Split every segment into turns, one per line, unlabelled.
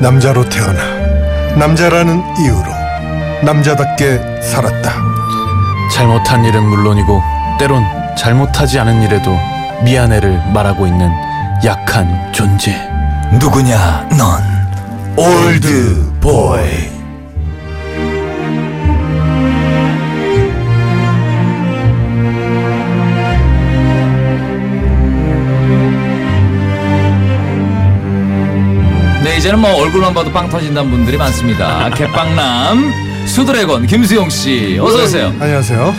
남자로 태어나 남자라는 이유로 남자답게 살았다.
잘못한 일은 물론이고 때론 잘못하지 않은 일에도 미안해를 말하고 있는 약한 존재.
누구냐 넌 올드보이
네 이제는 뭐 얼굴만 봐도 빵 터진다는 분들이 많습니다. 개빵남 수드래곤 김수용 씨 어서 오세요.
안녕하세요.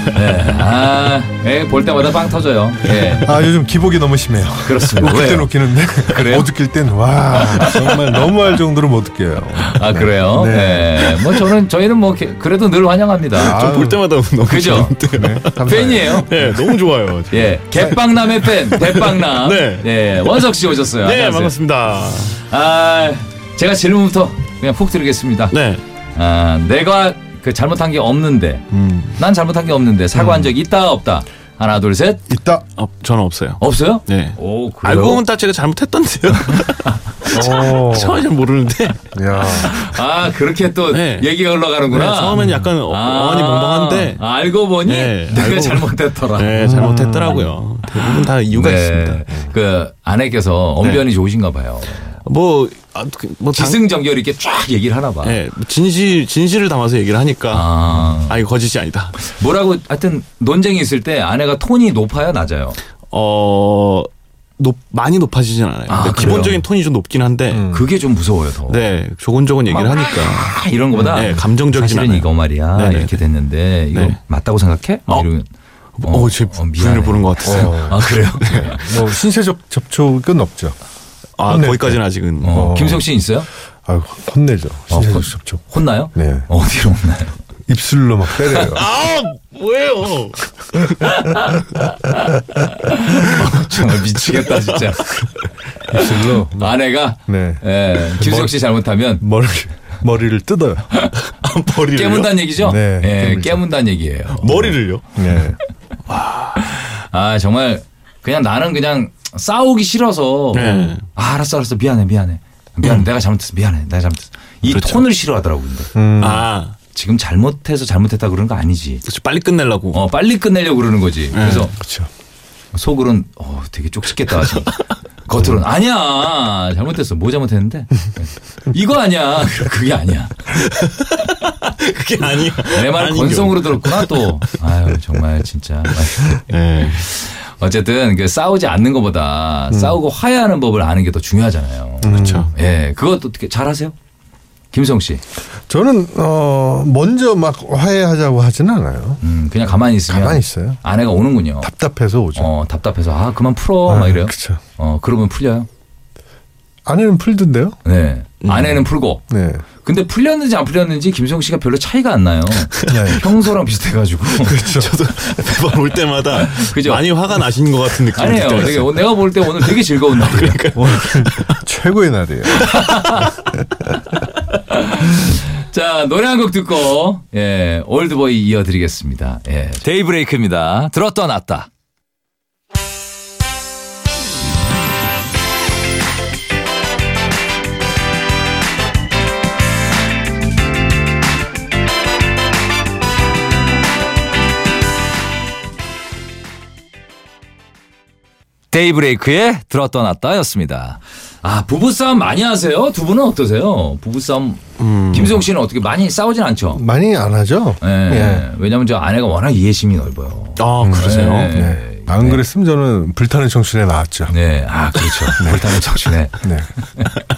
아, 예, 볼 때마다 빵 터져요. 예.
아 요즘 기복이 너무 심해요.
그렇습니다.
웃길 땐
아, 왜요?
웃기는데
그래요?
못 웃길 땐 와 정말 너무할 정도로 못 웃겨요.
아 그래요?
네.
네. 뭐 저는 저희는 뭐 게- 그래도 늘 환영합니다.
아유,
볼 때마다 너무
그죠?
재밌대요.
감사해요.
팬이에요.
네, 너무 좋아요.
예, 개빵남의 팬, 대빵남.
네.
예, 원석 씨 오셨어요.
네,
안녕하세요.
반갑습니다.
아, 제가 질문부터 그냥 푹 드리겠습니다.
네,
아, 내가 그 잘못한 게 없는데,
음.
난 잘못한 게 없는데
음.
사과한 적 있다 없다. 하나, 둘, 셋.
있다.
어, 저는 없어요.
없어요?
네.
오, 그래요?
알고 보면 다 제가 잘못했던데요.
어.
오,
처음엔 모르는데.
야.
아, 그렇게 또
네.
얘기가
네,
흘러가는구나.
처음엔 약간 어, 어안이 멍멍한데.
아, 알고 보니
네,
내가
알고 보니-
잘못했더라.
네, 잘못했더라고요. 대부분 다 이유가 네.
네.
있습니다.
그 아내께서 언변이 좋으신가 봐요.
뭐, 아, 그, 뭐 당-
기승전결 있게 쫙 얘기를 하나 봐.
네, 진실 진실을 담아서 얘기를 하니까
아,
아 이거 거짓이 아니다.
뭐라고 하여튼 논쟁이 있을 때 아내가 톤이 높아요, 낮아요.
어, 높 많이 높아지진 않아요.
아,
근데
그래요? 음.
기본적인 톤이 좀 높긴 한데.
그게 좀 무서워요, 더.
네, 조곤조곤 얘기를 하니까.
아, 이런 거보다
네, 감정적이진
사실은
않아요.
이거 말이야
네네.
이렇게 됐는데 이거
네.
맞다고 생각해? 막
어.
이러면
어, 제 분을 보는 것 같았어요. 네.
아 그래요?
뭐 신체적 접촉은 없죠.
아,
혼낼
거기까지는 아직은.
네. 어. 김석 씨 있어요?
아 혼내죠.
어,
신체적
혼-
접촉.
혼나요?
네.
어디로 혼나요?
입술로 막 때려요.
아, 뭐예요?
정말 미치겠다 진짜.
입술로.
아내가
네.
예, 김수혁 씨 잘못하면
머리 머리를 뜯어요.
아,
머리를요?
깨문다는 얘기죠?
네,
예,
깨물죠.
깨문다는 얘기예요.
머리를요?
네.
아 정말 그냥 나는 그냥 싸우기 싫어서
네.
아, 알았어 알았어 미안해 미안해 미안해 내가 잘못했어 미안해 내가 잘못했어 이
그렇죠.
톤을 싫어하더라고 근데
아,
지금 잘못해서 잘못했다 그러는 거 아니지.
그렇지. 빨리 끝내려고.
어 빨리 끝내려고 그러는 거지. 그래서
그렇죠.
속으론 어 되게 쪽집겠다. 지금. 겉으론 아니야 잘못했어 뭐 잘못했는데 이거 아니야 그게 아니야
그게 아니야.
내 말
아닌
건성으로 들었구나 또 아유 정말 진짜
경우. 네.
어쨌든 그 싸우지 않는
음.
것보다 싸우고 화해하는 법을 아는 게 더 중요하잖아요
그렇죠.
예 그것도 어떻게 잘하세요 김성 씨
저는 어 먼저 막 화해하자고 하진 않아요.
음, 그냥 가만히 있으면
가만히 있어요.
아내가 오는군요
답답해서 오죠.
어 답답해서 아 그만 풀어
아,
막 이래요
그쵸.
어 그러면 풀려요
아내는 풀던데요.
네.
음.
아내는 풀고.
네.
근데 풀렸는지 안 풀렸는지 김성 씨가 별로 차이가 안 나요. 평소랑 비슷해가지고.
저도 매번 올 때마다
그죠?
많이 화가 나신 것 같은 느낌이
아니에요. 되게 오- 내가 볼 때 오늘 되게 즐거운 날이에요.
오늘 최고의 날이에요.
자 노래 한 곡 듣고 예 올드보이 이어드리겠습니다. 예 데이브레이크입니다. 들었다 놨다. 데이브레이크의 들었다 놨다였습니다. 아 부부싸움 많이 하세요? 두 분은 어떠세요? 부부싸움 김수영 씨는 어떻게 많이 싸우진 않죠?
많이 안 하죠.
예. 왜냐면 저 아내가 워낙 이해심이 넓어요.
아, 그러세요?
네.
예. 네. 안 그랬으면 저는 불타는 청춘에 나왔죠.
네, 아 그렇죠. 불타는 청춘에
네.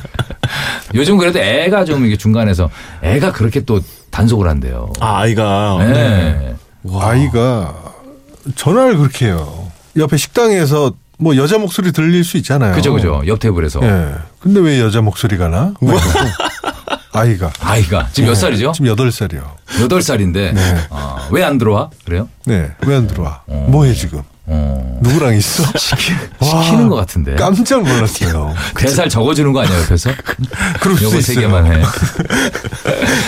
요즘 그래도 애가 좀 이게 중간에서 애가 그렇게 또 단속을 한대요.
아, 아이가.
네.
아이가 전화를 그렇게 해요. 옆에 식당에서 뭐 여자 목소리 들릴 수 있잖아요.
그죠 그죠. 옆 테이블에서
예. 근데 왜 여자 목소리가 나? 뭐 아이가 네.
아이가 지금 몇 살이죠?
지금 여덟 살이요.
여덟 살인데 왜 안 들어와? 그래요?
네. 왜 안 들어와? 뭐해 지금?
어,
누구랑 있어?
시키는 것 같은데.
깜짝 놀랐어요.
대살 적어주는 거 아니야 옆에서?
그럴 수
요거 세
있어요.
개만 해.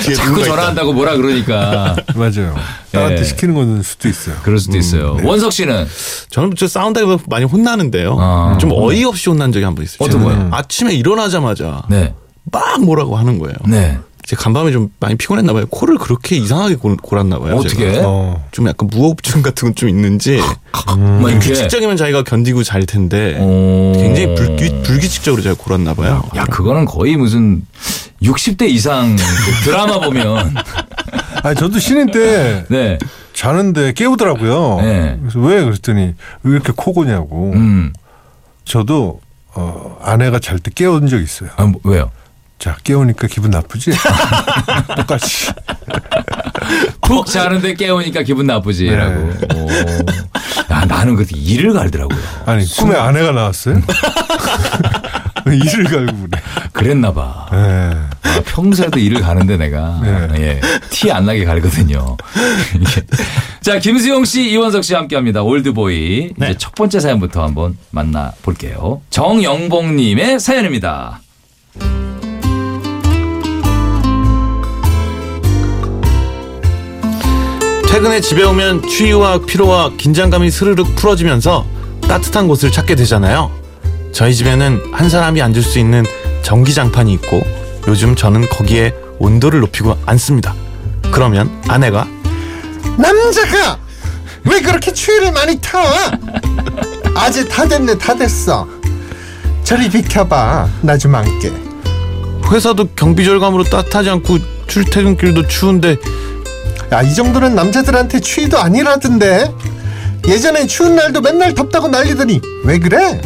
뒤에
자꾸
누군가 있다.
전화한다고 뭐라 그러니까.
맞아요. 나한테
예.
시키는 건 수도 있어요.
그럴 수도 있어요. 원석 씨는
저는 저 싸운다기보다 많이 혼나는데요.
아.
좀 어이없이 혼난 적이 한 번 있어요.
어떤
저는
거요?
아침에 일어나자마자
네.
막 뭐라고 하는 거예요.
네.
제 간밤에 좀 많이 피곤했나 봐요. 코를 그렇게 이상하게 고- 골았나 봐요.
어떻게?
제가.
어.
좀 약간 무호흡증 같은 건 좀 있는지
막 음, 이렇게.
규칙적이면 자기가 견디고 잘 텐데
어.
굉장히 불규, 불규칙적으로 제가 골았나 봐요.
야, 그거는 거의 무슨 60대 이상 그 드라마 보면.
아니 저도 신인 때
네.
자는데 깨우더라고요.
네.
그래서 왜 그랬더니 왜 이렇게 코고냐고.
음.
저도 어, 아내가 잘 때 깨운 적 있어요.
아, 뭐, 왜요?
자 깨우니까 기분 나쁘지? 똑같이.
푹 자는데 깨우니까 기분 나쁘지라고. 오. 야, 나는 그때 일을 갈더라고요.
아니 꿈에 아내가 나왔어요?
음.
이를 갈고 그래.
그랬나 봐.
예.
아, 평소에도 일을 가는데 내가 예.
네.
티 안 나게 가거든요. 이게. 자 김수영 씨, 이원석 씨와 함께합니다. 올드보이 이제 첫 번째 사연부터 한번 만나 볼게요. 정영봉님의 사연입니다.
퇴근에 집에 오면 추위와 피로와 긴장감이 스르륵 풀어지면서 따뜻한 곳을 찾게 되잖아요. 저희 집에는 한 사람이 앉을 수 있는 전기장판이 있고 요즘 저는 거기에 온도를 높이고 앉습니다. 그러면 아내가
남자가 왜 그렇게 추위를 많이 타? 아직 다 됐네 다 됐어 저리 비켜봐 나 좀 안게
회사도 경비절감으로 따뜻하지 않고 출퇴근길도 추운데
야이 정도는 남자들한테 추위도 아니라던데 예전엔 추운 날도 맨날 덥다고 난리더니 왜 그래?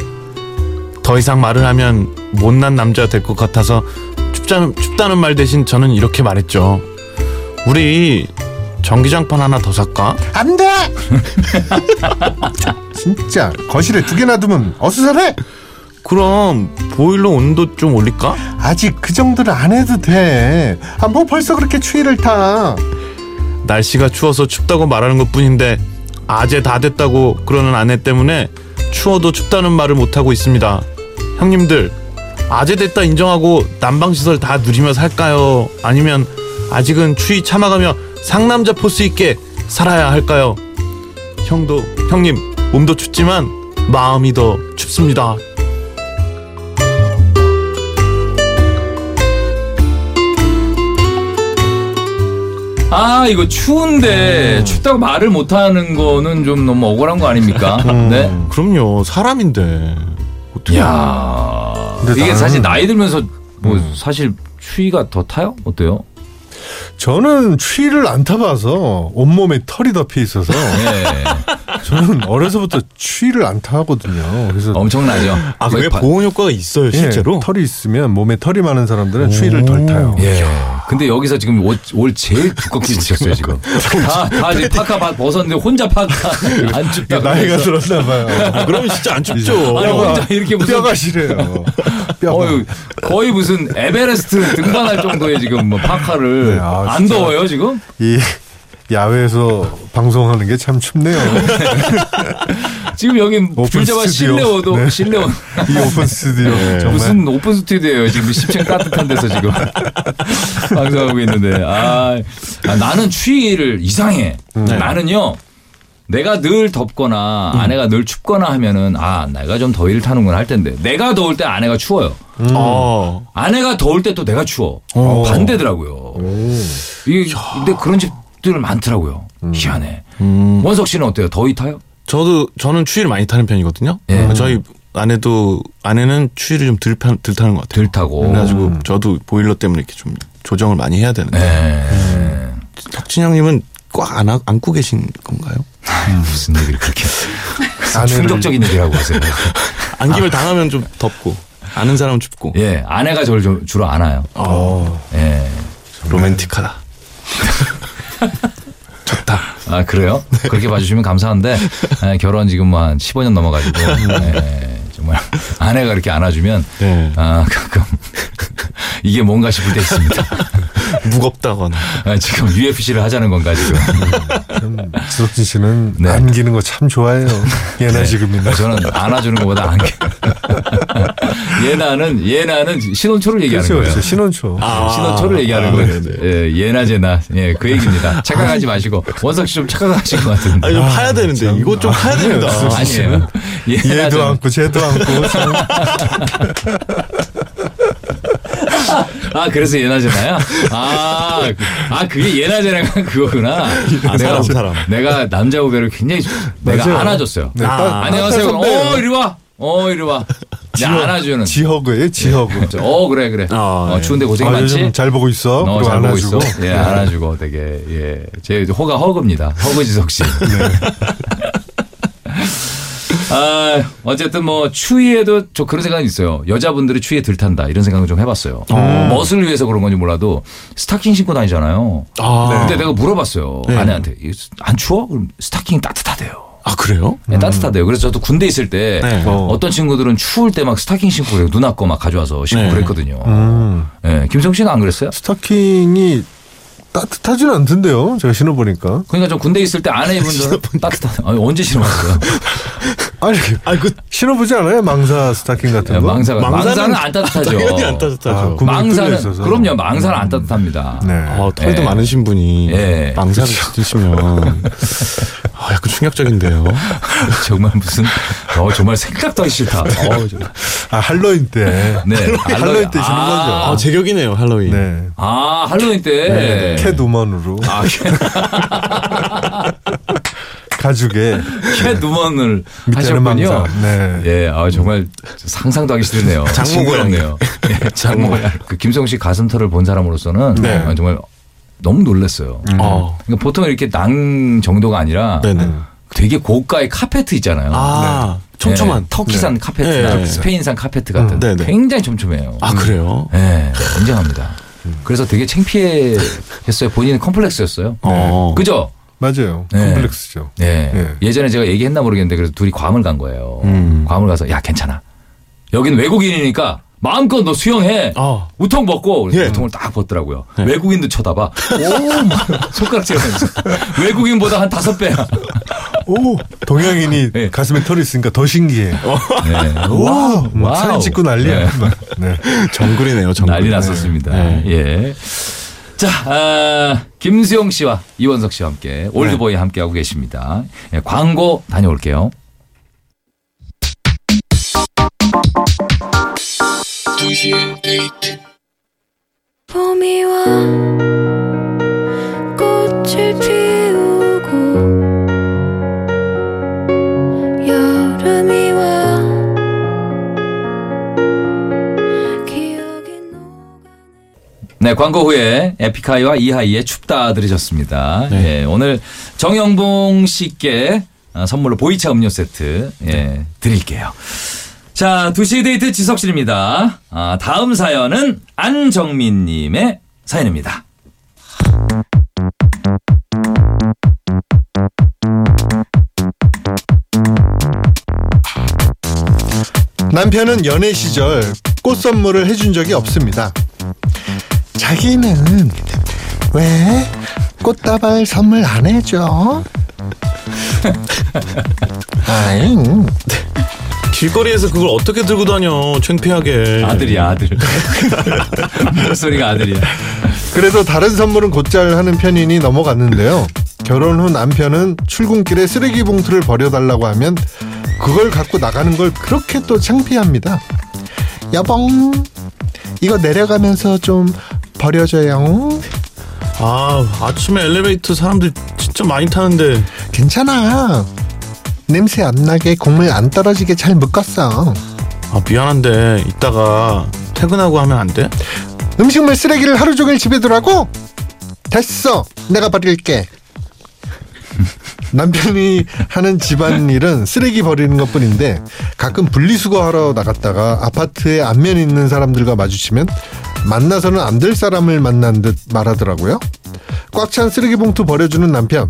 더 이상 말을 하면 못난 남자 될 것 같아서 춥자, 춥다는 말 대신 저는 이렇게 말했죠. 우리 전기장판 하나 더 살까?
안돼 진짜 거실에 두 개나 두면 어수선해
그럼 보일러 온도 좀 올릴까?
아직 그 정도는 안 해도 돼아 뭐 벌써 그렇게 추위를 타
날씨가 추워서 춥다고 말하는 것 뿐인데 아재 다 됐다고 그러는 아내 때문에 추워도 춥다는 말을 못하고 있습니다. 형님들 아재 됐다 인정하고 난방시설 다 누리며 살까요? 아니면 아직은 추위 참아가며 상남자 포스 있게 살아야 할까요? 형도 형님 몸도 춥지만 마음이 더 춥습니다.
아 이거 추운데
음.
춥다고 말을 못하는 거는 좀 너무 억울한 거 아닙니까?
음.
네.
그럼요 사람인데 어떻게
야
근데
이게
나는- 음.
사실 나이 들면서 뭐 사실 추위가 더 타요? 어때요?
저는 추위를 안 타봐서 온몸에 털이 덮여 있어서
예.
저는 어려서부터 추위를 안 타거든요. 그래서
어, 엄청나죠.
아 그게
바-
보온 효과가 있어요
예,
실제로
털이 있으면 몸에 털이 많은 사람들은 추위를 덜 타요.
예. 근데 여기서 지금 옷, 올 제일 두껍게 지셨어요 지금. 다, 다 지금 파카 바- 벗었는데 혼자 파카 안 춥다.
나이가 들었나 봐요.
아, 그러면 진짜 안 춥죠.
아니, 혼자 이렇게 무슨-
뼈가 시려요. 뼈가.
어휴, 거의 무슨 에베레스트 등반할 정도의 지금 뭐 파카를
네, 아,
안
진짜.
더워요 지금?
이 야외에서 방송하는 게 참 춥네요.
지금 여긴
오픈
줄잡아
스튜디오.
실내워도
네.
실내워.
이 오픈 스튜디오 정말
네. 무슨 오픈 스튜디오예요 지금 10층 따뜻한 데서 지금 방송하고 있는데 아, 아, 나는 추위를 이상해
음. 네.
나는요 내가 늘 덥거나 아내가 늘 춥거나 하면은 아 내가 좀 더위를 타는구나 할 텐데 내가 더울 때 아내가 추워요
어.
아내가 더울 때 또 내가 추워 반대더라고요 이게 근데 그런 집들 많더라고요
음.
희한해 원석 씨는 어때요 더위 타요
저도 저는 추위를 많이 타는 편이거든요. 음.
예.
저희 아내도 아내는 추위를 좀 덜 타는 것 같아요.
들 타고
음.
그래가지고 저도 보일러 때문에 이렇게 좀 조정을 많이 해야 되는데
네.
덕진 형님은 꽉 안 안고 계신 건가요?
무슨 얘기를 그렇게
아내를-
충격적인 얘기를 하고 있어요.
안김을 당하면 좀 덥고 아는 사람은 춥고
예, 아내가 저를 좀 주로 안아요.
어.
예.
로맨틱하다. 적다.
아, 그래요? 그렇게 봐주시면 감사한데, 예, 결혼 지금 뭐 한 15년 넘어가지고, 예, 정말 아내가 이렇게 안아주면,
네.
아, 가끔, 이게 뭔가 싶을 때 있습니다.
무겁다거나
아, 지금 UFC를 하자는 건가, 지금.
참 지석진 씨는
네.
안기는 거 참 좋아해요. 예나 지금이나.
그러니까 저는 안아주는 것보다 안게. 예나는, 예나는 신혼초를 얘기하는
그렇죠,
거예요. 아,
그렇죠. 신혼초.
신호초를 얘기하는 거예요. 예, 예나 제나 예, 그 얘기입니다. 착각하지 마시고 원석 씨 좀 착각하신 것 같은데.
아니 좀 파야 되는데 이거 좀 파야 됩니다.
아, 니에요 예나
얘도
제나.
안고 쟤도 안고 참
아 그래서 예나제나야? 아, 그- 아 그게 예나제나가 그거구나. 아, 내가,
사람, 사람.
내가 남자 후배를 굉장히 내가
맞아요.
안아줬어요.
네,
아.
따-
안녕하세요.
따뜻한 선배예요.
어 이리 와. 어 이리 와. 내가 안아주는.
지허그예요, 지허그.
어 그래 그래.
어,
어,
예.
추운데 고생이
아,
많지.
요즘 잘 보고 있어.
어,
그리고
잘 보고 있어.
안아주고.
예, 안아주고 되게 예. 제 호가 허그입니다. 허그지석 씨. 아, 어쨌든 뭐 추위에도 저 그런 생각이 있어요. 여자분들이 추위에 들탄다 이런 생각을 좀 해봤어요. 멋을 위해서 그런 건지 몰라도 스타킹 신고 다니잖아요. 근데 내가 물어봤어요 아내한테 이거 안 추워? 그럼 스타킹 따뜻하대요.
아 그래요?
네, 따뜻하대요. 그래서 저도 군대 있을 때 어떤 친구들은 추울 때 막 스타킹 신고 그래요. 누나 거 막 가져와서 신고 그랬거든요.
음.
예, 김성 씨는 안 그랬어요?
스타킹이 따뜻하진 않던데요. 제가 신어보니까.
그러니까 저 군대 있을 때 아내 입은 저는 따뜻한 아니, 언제 신어봤어요?
아니, 신어보지 않아요? 망사 스타킹 같은
야,
거.
네, 망사가
망사는
망사는 안 따뜻하죠.
당연히 안 따뜻하죠.
아, 구멍이 뚫려
망사는
있어서.
그럼요. 망사는 안 따뜻합니다.
네.
아, 털도
예.
많으신 분이
예.
망사를 찢으시면 아, 약간 충격적인데요.
정말 무슨 어 정말 생각도 하기 싫다. 어, 정말.
아, 할로윈 때.
네.
할로윈 때 신는
아,
아, 제격이네요, 할로윈.
네.
아 할로윈 때.
캣 우먼으로.
네. 아,
가죽에.
캣 누먼을
밑에는
하셨군요.
망사. 네.
예, 아 정말 상상도 하기 싫네요.
장모 고양이.
징그럽네요. 예, 장모 고양이. 그 김성 씨 가슴털을 본 사람으로서는
네.
아, 정말 너무 놀랐어요.
어.
그러니까 보통 이렇게 낭 정도가 아니라
네네.
되게 고가의 카페트 있잖아요.
아,
예,
촘촘한.
터키산
네.
카페트,
네.
스페인산 카페트 같은
네, 네.
굉장히 촘촘해요.
아, 그래요?
예, 인정합니다. 그래서 되게 창피했어요. 본인은 컴플렉스였어요.
어.
그죠?
맞아요.
네.
콤플렉스죠.
예.
네.
예.
예전에 제가 얘기했나 모르겠는데 그래서 둘이 괌을 간 거예요.
음.
괌을 가서 야 괜찮아. 여긴 외국인이니까 마음껏 너 수영해.
아.
우통 벗고 그래서
예.
우통을 딱 벗더라고요. 외국인도 쳐다봐. 오, 막 손가락질하면서 외국인보다 한 다섯 배야.
오, 동양인이
네.
가슴에 털이 있으니까 더 신기해.
네.
와,
뭐,
와우.
사진 찍고 난리야. 네.
정글이네요, 정글.
난리 났었습니다.
아, 네.
예. 자, 아, 김수영 씨와 이원석 씨와 함께 올드보이
네.
함께 하고 계십니다. 예, 광고 다녀올게요.
봄이와 꽃을 피우고 여름이와 기억이 녹아
네, 광고 후에 에픽하이와 이하이의 춥다 들으셨습니다.
네.
예, 오늘 정영봉 씨께 아, 선물로 보이차 음료 세트 예,
네.
드릴게요. 자, 2시 데이트 지석실입니다. 아, 다음 사연은 안정민 님의 사연입니다.
남편은 연애 시절 꽃 선물을 해준 적이 없습니다.
자기는 왜 꽃다발 선물 안 해줘? 아잉.
길거리에서 그걸 어떻게 들고 다녀, 창피하게.
아들이야, 아들. 목소리가 아들이야.
그래도 다른 선물은 곧잘 하는 편이니 넘어갔는데요. 결혼 후 남편은 출근길에 쓰레기 봉투를 버려달라고 하면 그걸 갖고 나가는 걸 그렇게 또 창피합니다.
여봉. 이거 내려가면서 좀 버려줘요.
아, 아침에 엘리베이터 사람들 진짜 많이 타는데.
괜찮아. 냄새 안 나게 국물 안 떨어지게 잘 묶었어.
아, 미안한데, 이따가 퇴근하고 하면 안 돼?
음식물 쓰레기를 하루 종일 집에 두라고? 됐어. 내가 버릴게.
남편이 하는 집안일은 쓰레기 버리는 것 뿐인데 가끔 분리수거하러 나갔다가 아파트에 안면 있는 사람들과 마주치면 만나서는 안 될 사람을 만난 듯 말하더라고요. 꽉 찬 쓰레기 봉투 버려주는 남편.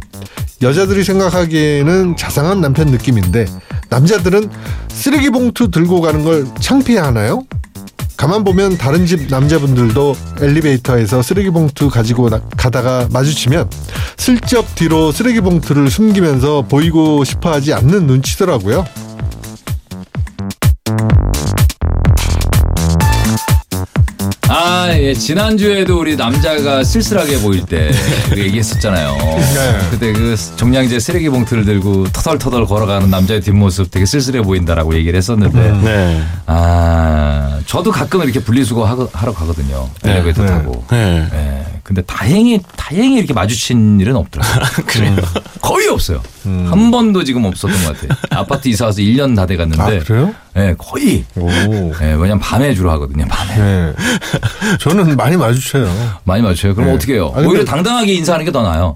여자들이 생각하기에는 자상한 남편 느낌인데 남자들은 쓰레기 봉투 들고 가는 걸 창피해하나요? 가만 보면 다른 집 남자분들도 엘리베이터에서 쓰레기 봉투 가지고 나- 가다가 마주치면 슬쩍 뒤로 쓰레기 봉투를 숨기면서 보이고 싶어 하지 않는 눈치더라고요.
아, 아, 예. 지난주에도 우리 남자가 쓸쓸하게 보일 때그 얘기했었잖아요. 그때 그 종량제 쓰레기 봉투를 들고 터덜터덜 걸어가는 남자의 뒷모습 되게 쓸쓸해 보인다라고 얘기를 했었는데.
네.
아, 저도 가끔 이렇게 분리수거 하고- 하러 가거든요. 엘리베이터 타고.
네.
예. 근데 다행히 다행히 이렇게 마주친 일은 없더라고요. 그래요. 거의 없어요. 한 번도 지금 없었던 것 같아요. 아파트 이사 와서 1년 다 돼 갔는데.
아 그래요?
예, 거의.
오.
예, 왜냐면 밤에 주로 하거든요. 밤에.
네. 저는 많이 마주쳐요.
많이 마주쳐요. 그럼
네.
어떻게 해요?
아니,
오히려
근데- 네,
당당하게 인사하는 게 더 나아요.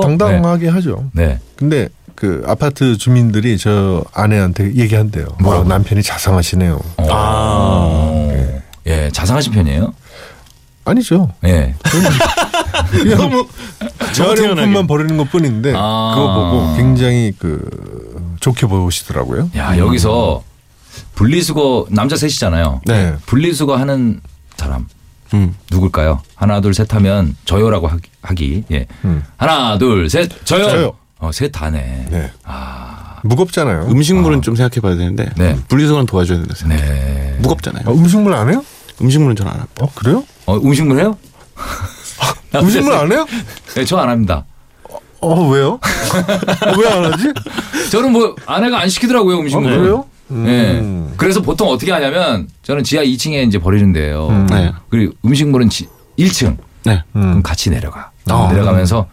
좀 당당하게 하죠.
네. 네.
근데 그 아파트 주민들이 저 아내한테 얘기한대요. 아, 남편이 자상하시네요.
아.
어, 예, 자상하신 편이에요?
아니죠.
예.
그냥 너무
아.
저렴품만 버리는 것 뿐인데
아.
그거 보고 굉장히 그 좋게 보시더라고요.
야, 여기서 분리수거 남자 셋이잖아요.
네.
분리수거 하는 사람
음.
누굴까요? 하나 둘 셋 하면 저요라고 하기. 하기. 예.
음.
하나 둘 셋 저요.
저요.
어, 셋 다네. 네.
네. 무겁잖아요.
음식물은 좀 생각해봐야 되는데
네.
분리수거는 도와줘야 된다 생각. 네. 무겁잖아요.
아, 음식물 안 해요?
음식물은 저는 안 합니다.
어 그래요?
어, 음식물 해요? 아,
음식물 안 해요?
네, 저 안 합니다.
어 왜요? 왜 안 하지?
저는 뭐 아내가 안 시키더라고요
어
음식물.
그래요?
예.
음.
그래서 보통 어떻게 하냐면 저는 지하 2층에 이제 버리는 데요.
네.
그리고 음식물은 지, 1층.
네.
그럼
음.
같이 내려가.
아.
내려가면서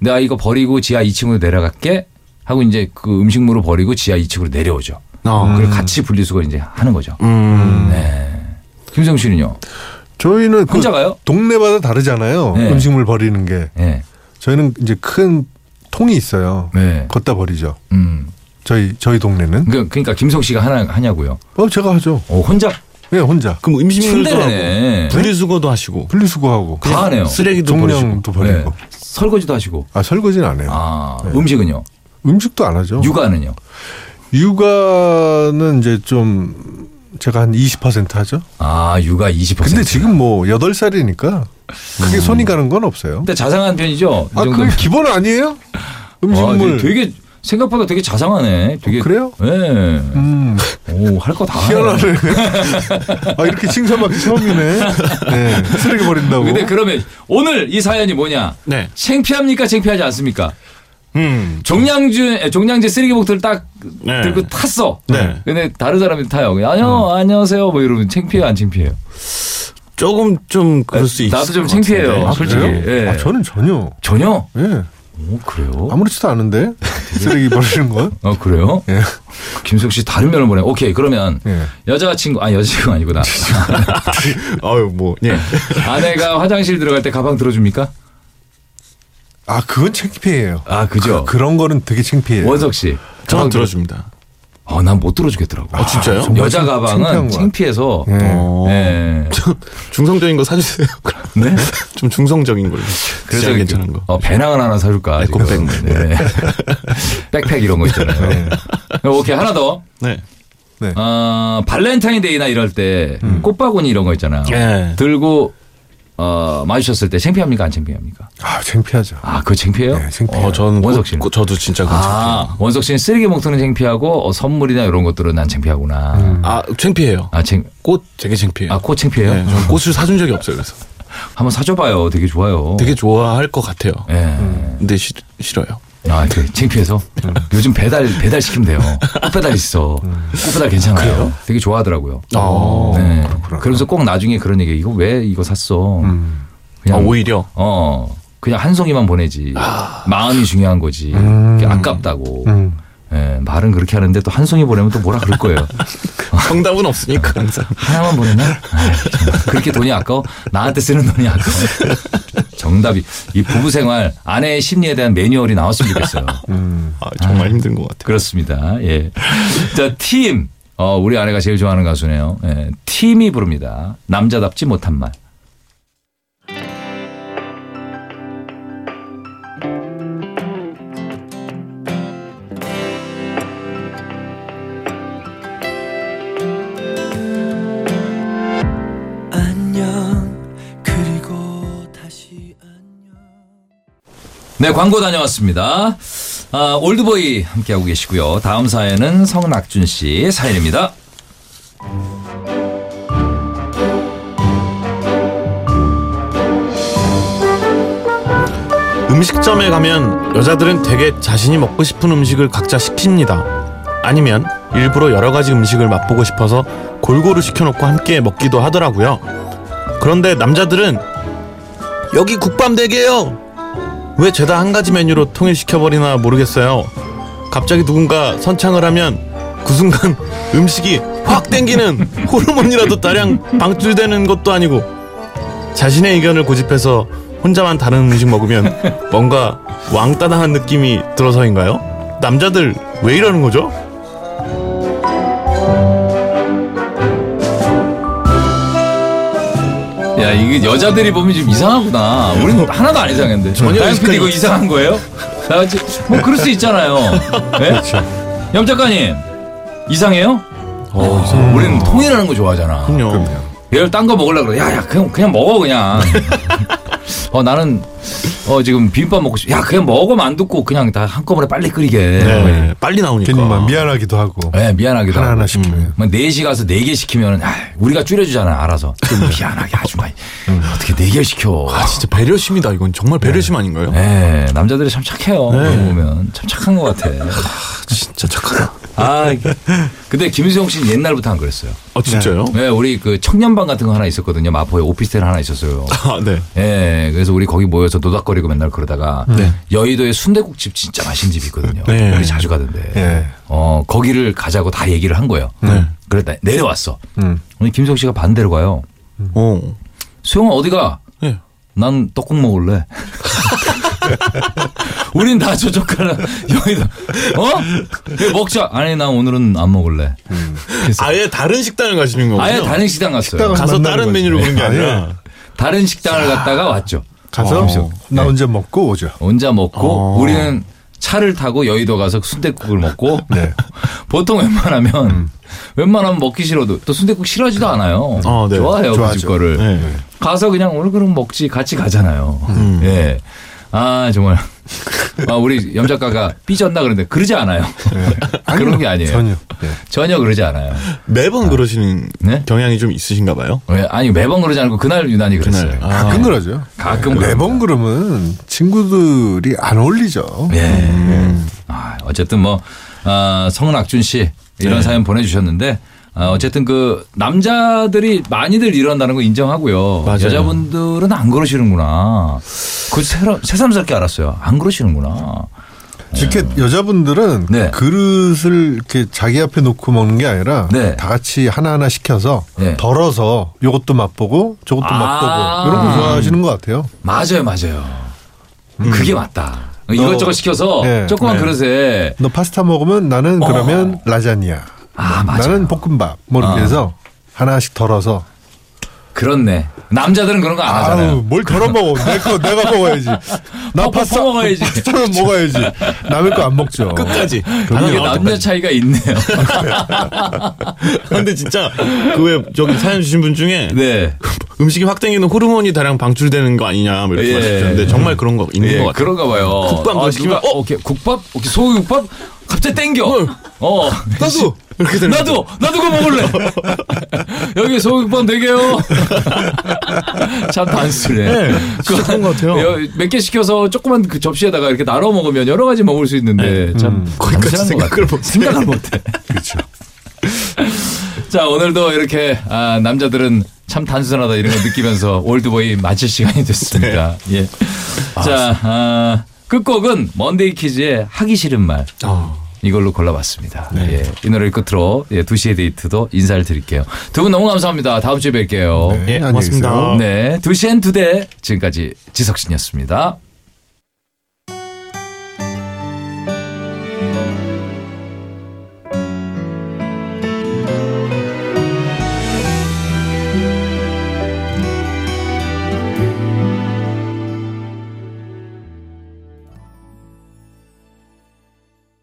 내가 이거 버리고 지하 2층으로 내려갈게 하고 이제 그 음식물을 버리고 지하 2층으로 내려오죠.
어.
그걸 같이 분리수거 이제 하는 거죠. 네.
음.
김성 씨는요?
저희는 그
혼자 가요?
동네마다 다르잖아요.
네.
음식물 버리는 게
예.
저희는 이제 큰 통이 있어요.
네.
걷다 버리죠.
음.
저희 저희 동네는.
그러니까, 그러니까 김성 씨가 하나 하냐고요.
어 제가 하죠.
어, 혼자
예 혼자
그럼 음식물도 하고
침대네.
분리수거도 하시고
분리수거하고
다 하네요.
쓰레기도 버리시고.
종량도 버리고.
네. 설거지도 하시고.
아 설거지는 안 해요.
아, 음식은요?
음식도 안 하죠.
육아는요?
육아는 이제 좀 제가 한 20% 하죠.
아, 육아 20%.
근데 지금 뭐 8살이니까 크게 손이 가는 건 없어요.
근데 자상한 편이죠. 음. 이
아,
정도면.
그게 기본 아니에요?
와,
음식물.
되게- 되게 생각보다 되게 자상하네. 되게
어, 그래요?
예.
음,
오, 할 거 다 하네.
희한하네. 아, 이렇게 칭찬받기 처음이네. 네, 쓰레기 버린다고.
근데 그러면 오늘 이 사연이 뭐냐?
네.
창피합니까? 창피하지 않습니까?
음.
종량제 에, 종량제 쓰레기 봉투를 딱
네.
들고 탔어.
네.
근데 다른 사람이 타요. 그냥, 안녕
음.
안녕하세요. 뭐 이러면 창피해 안 창피해요.
조금 좀 그럴 수 있어요.
나도 좀 창피해요.
아,
솔직히.
그래요?
예.
아, 저는 전혀.
전혀.
예.
오 그래요?
아무렇지도 않은데. 쓰레기 버리는 건.
어 그래요?
예.
김숙 씨 다른 면을 보내. 오케이 그러면
예.
여자 친구 아 여자 친구 아니구나.
아유 뭐 예.
아내가 화장실 들어갈 때 가방 들어줍니까?
아, 그건 창피해요.
아 그죠.
그런 거는 되게 창피해요.
원석 씨. 아,
저는 들어줍니다.
어난 못 들어주겠더라고.
아 진짜요?
정말
여자
창- 창피한
가방은
거야.
창피해서.
예.
어.
예.
중성적인 거 사주세요.
네.
좀 중성적인 걸로. 그래서 괜찮은 거.
어, 배낭을 하나 사줄까. 지금. 네. 백팩 이런 거 있잖아요.
네.
어, 오케이 하나 더.
네.
어, 발렌타인데이나 이럴 때
음.
꽃바구니 이런 거 있잖아요.
예.
들고 어, 마주쳤을 때 창피합니까 안 창피합니까?
아, 창피하죠.
아 그거 창피해요?
네, 창피해요.
어 저는
원석
꽃-
씨는?
꽃- 저도 진짜 그거 창피해요.
아 원석 씨는 쓰레기 봉투는 창피하고 어, 선물이나 이런 것들은 난 창피하구나.
아 창피해요.
아 창.
꽃 되게 창피해요.
아코 창피해요?
네, 저는 꽃을 사준 적이 없어요. 그래서
한번 사줘봐요. 되게 좋아요.
되게 좋아할 것 같아요.
예.
근데 싫- 싫어요.
아, 그 창피해서
음.
요즘 배달 배달 시키면 돼요. 꽃배달 있어. 꽃배달 괜찮아요. 되게 좋아하더라고요.
아,
네. 그러면서 꼭 나중에 그런 얘기 이거 왜 이거 샀어?
아, 오히려
어 그냥 한 송이만 보내지 마음이 중요한 거지 그게 아깝다고 예, 말은 그렇게 하는데 또 한 송이 보내면 또 뭐라 그럴 거예요
정답은 없으니까 항상.
하나만 보내나 아이, 정말. 그렇게 돈이 아까워 나한테 쓰는 돈이 아까워 정답이 이 부부 생활 아내의 심리에 대한 매뉴얼이 나왔으면 좋겠어요
아, 정말 힘든 것 같아요.
그렇습니다 예 자팀 어, 우리 아내가 제일 좋아하는 가수네요 예, 팀이 부릅니다 남자답지 못한 말 네, 광고 다녀왔습니다. 아, 올드보이 함께하고 계시고요. 다음 사연은 성낙준 씨 사연입니다.
음식점에 가면 여자들은 되게 자신이 먹고 싶은 음식을 각자 시킵니다. 아니면 일부러 여러 가지 음식을 맛보고 싶어서 골고루 시켜놓고 함께 먹기도 하더라고요. 그런데 남자들은 여기 국밥 4개요! 왜 죄다 한 가지 메뉴로 통일시켜버리나 모르겠어요. 갑자기 누군가 선창을 하면 그 순간 음식이 확 땡기는 호르몬이라도 따량 방출되는 것도 아니고 자신의 의견을 고집해서 혼자만 다른 음식 먹으면 뭔가 왕따당한 느낌이 들어서인가요? 남자들 왜 이러는 거죠?
야 이게 여자들이 보면 좀 이상하구나. 우리는 하나도 안 이상한데.
전혀
다현 PD
이상해요.
이거 이상한 거예요? 나 이제 뭐 그럴 수 있잖아요. 네? 염 작가님 이상해요?
어,
우리는 통일하는 거 좋아하잖아.
그럼요.
얘를 딴 거 먹으려 그래. 야야 그냥 그냥 먹어 그냥. 어 나는 어 지금 비빔밥 먹고 싶. 야 그냥 먹으면 안 듣고 그냥 다 한꺼번에 빨리 끓이게. 네.
네, 빨리 나오니까.
괜히 막 미안하기도 하고
미안하기도 하고.
하나하나 시키면
막 뭐 4시 가서 4개 시키면 아, 우리가 줄여주잖아 알아서 좀 미안하게 아줌마 어떻게 4개 시켜
아 진짜 배려심이다 이건 정말 배려심 아닌가요?
네, 남자들이 참 착해요 그러고 보면 참 착한 것 같아
진짜 착하다.
아 근데 김수영 씨는 옛날부터 안 그랬어요
아 진짜요?
네, 우리 그 청년방 같은 거 하나 있었거든요 마포에 오피스텔 하나 있었어요
아 네.
예, 그래서 우리 거기 모여서 노닥거리고 맨날 그러다가
네.
여의도에 순대국집 진짜 맛있는 집 있거든요.
네.
우리 자주 가던데.
예.
어, 거기를 가자고 다 얘기를 한 거예요. 그랬다. 내려왔어.
음.
오늘 김성 씨가 반대로 가요.
어.
수영아 어디 가?
예.
난 떡국 먹을래. 우린 다 저쪽 가라. 여기다. 어? 예, 먹자. 아니, 나 오늘은 안 먹을래.
아예 다른 식당을 가시는 거군요.
아예 다른 식당 갔어요.
식당을
가서
만나는
다른
거지.
메뉴를 보는 게
아,
아니라
다른 식당을 갔다가 왔죠.
가서
네.
나 혼자 먹고 오죠.
혼자 먹고
어.
우리는 차를 타고 여의도 가서 순대국을 먹고
네.
보통 웬만하면 웬만하면 먹기 싫어도 또 순대국 싫어하지도 않아요.
어, 네.
좋아해요 그
좋아하죠.
집 거를
네.
가서 그냥 오늘 그럼 먹지 같이 가잖아요. 예. 아 정말 아, 우리 염 작가가 삐졌나 그런데 그러지 않아요. 그런 게 아니에요. 전혀,
전혀. 네.
그러지 않아요.
매번 그러시는
네?
경향이 좀 있으신가 봐요.
예, 아니 매번 그러지 않고 그날 유난히 그랬어요.
그날. 아,
가끔 그러죠.
가끔
네. 매번 그러면 친구들이 안 어울리죠.
예.
음.
아, 어쨌든 뭐 아, 성은악준 씨 이런
네.
사연 보내주셨는데 아, 어쨌든 그 남자들이 많이들 이런다는 거 인정하고요.
맞아요.
여자분들은 안 그러시는구나. 그 새로- 새삼스럽게 알았어요. 안 그러시는구나.
특히 여자분들은
네.
그릇을 이렇게 자기 앞에 놓고 먹는 게 아니라
네.
다 같이 하나하나 시켜서
네.
덜어서 요것도 맛보고 저것도
아.
맛보고 이런 거 좋아하시는 것 같아요.
맞아요, 맞아요. 그게 맞다. 이것저것 시켜서
네.
조그만
네.
그릇에
너 파스타 먹으면 나는 그러면 라자니아.
어. 아, 맞아요.
나는 볶음밥. 뭐 이렇게
아.
해서 하나씩 덜어서
그렇네. 남자들은 그런 거 안 하잖아요.
아유, 뭘 덜어 먹어. 내 거 내가 먹어야지. 나
퍼-
파스타
퍼 먹어야지.
파스타는 먹어야지. 남의 거 안 먹죠.
네.
끝까지.
아, 이게
나올
남녀 차이가 있네요.
근데 진짜 그 왜 저기 사연 주신 분 중에
네.
음식이 확 땡기는 호르몬이 다량 방출되는 거 아니냐 뭐 이렇게
예.
말씀하셨는데 정말 그런 거 있는
예,
것 같아요.
그런가 봐요.
국밥 뭐
아,
시키면,
누가, 오케이, 국밥? 오케이, 소고기국밥? 갑자기 땡겨. 어.
나도 이렇게 되는 거죠.
나도! 나도 그거 먹을래! 여기 소고기국밥 되게요. 참 단순해.
진짜 그런 네, 것 같아요.
몇 개 시켜서 조그만 그 접시에다가 이렇게 나눠 먹으면 여러 가지 먹을 수 있는데 참.
네. 음. 거기까지
단순한 것
생각을
같아요.
못해.
생각을 못해. 자, 오늘도 이렇게 아, 남자들은 참 단순하다 이런 걸 느끼면서 올드보이 마칠 시간이 됐습니다. 예. 자, 아, 끝곡은 먼데이 퀴즈의 하기 싫은 말. 이걸로 골라봤습니다. 예, 이 노래를 끝으로 예, 2시의 데이트도 인사를 드릴게요. 두 분 너무 감사합니다. 다음 주에 뵐게요.
예,
네, 안녕히
고맙습니다.
계세요.
네, 2시엔 2대 지금까지 지석진이었습니다.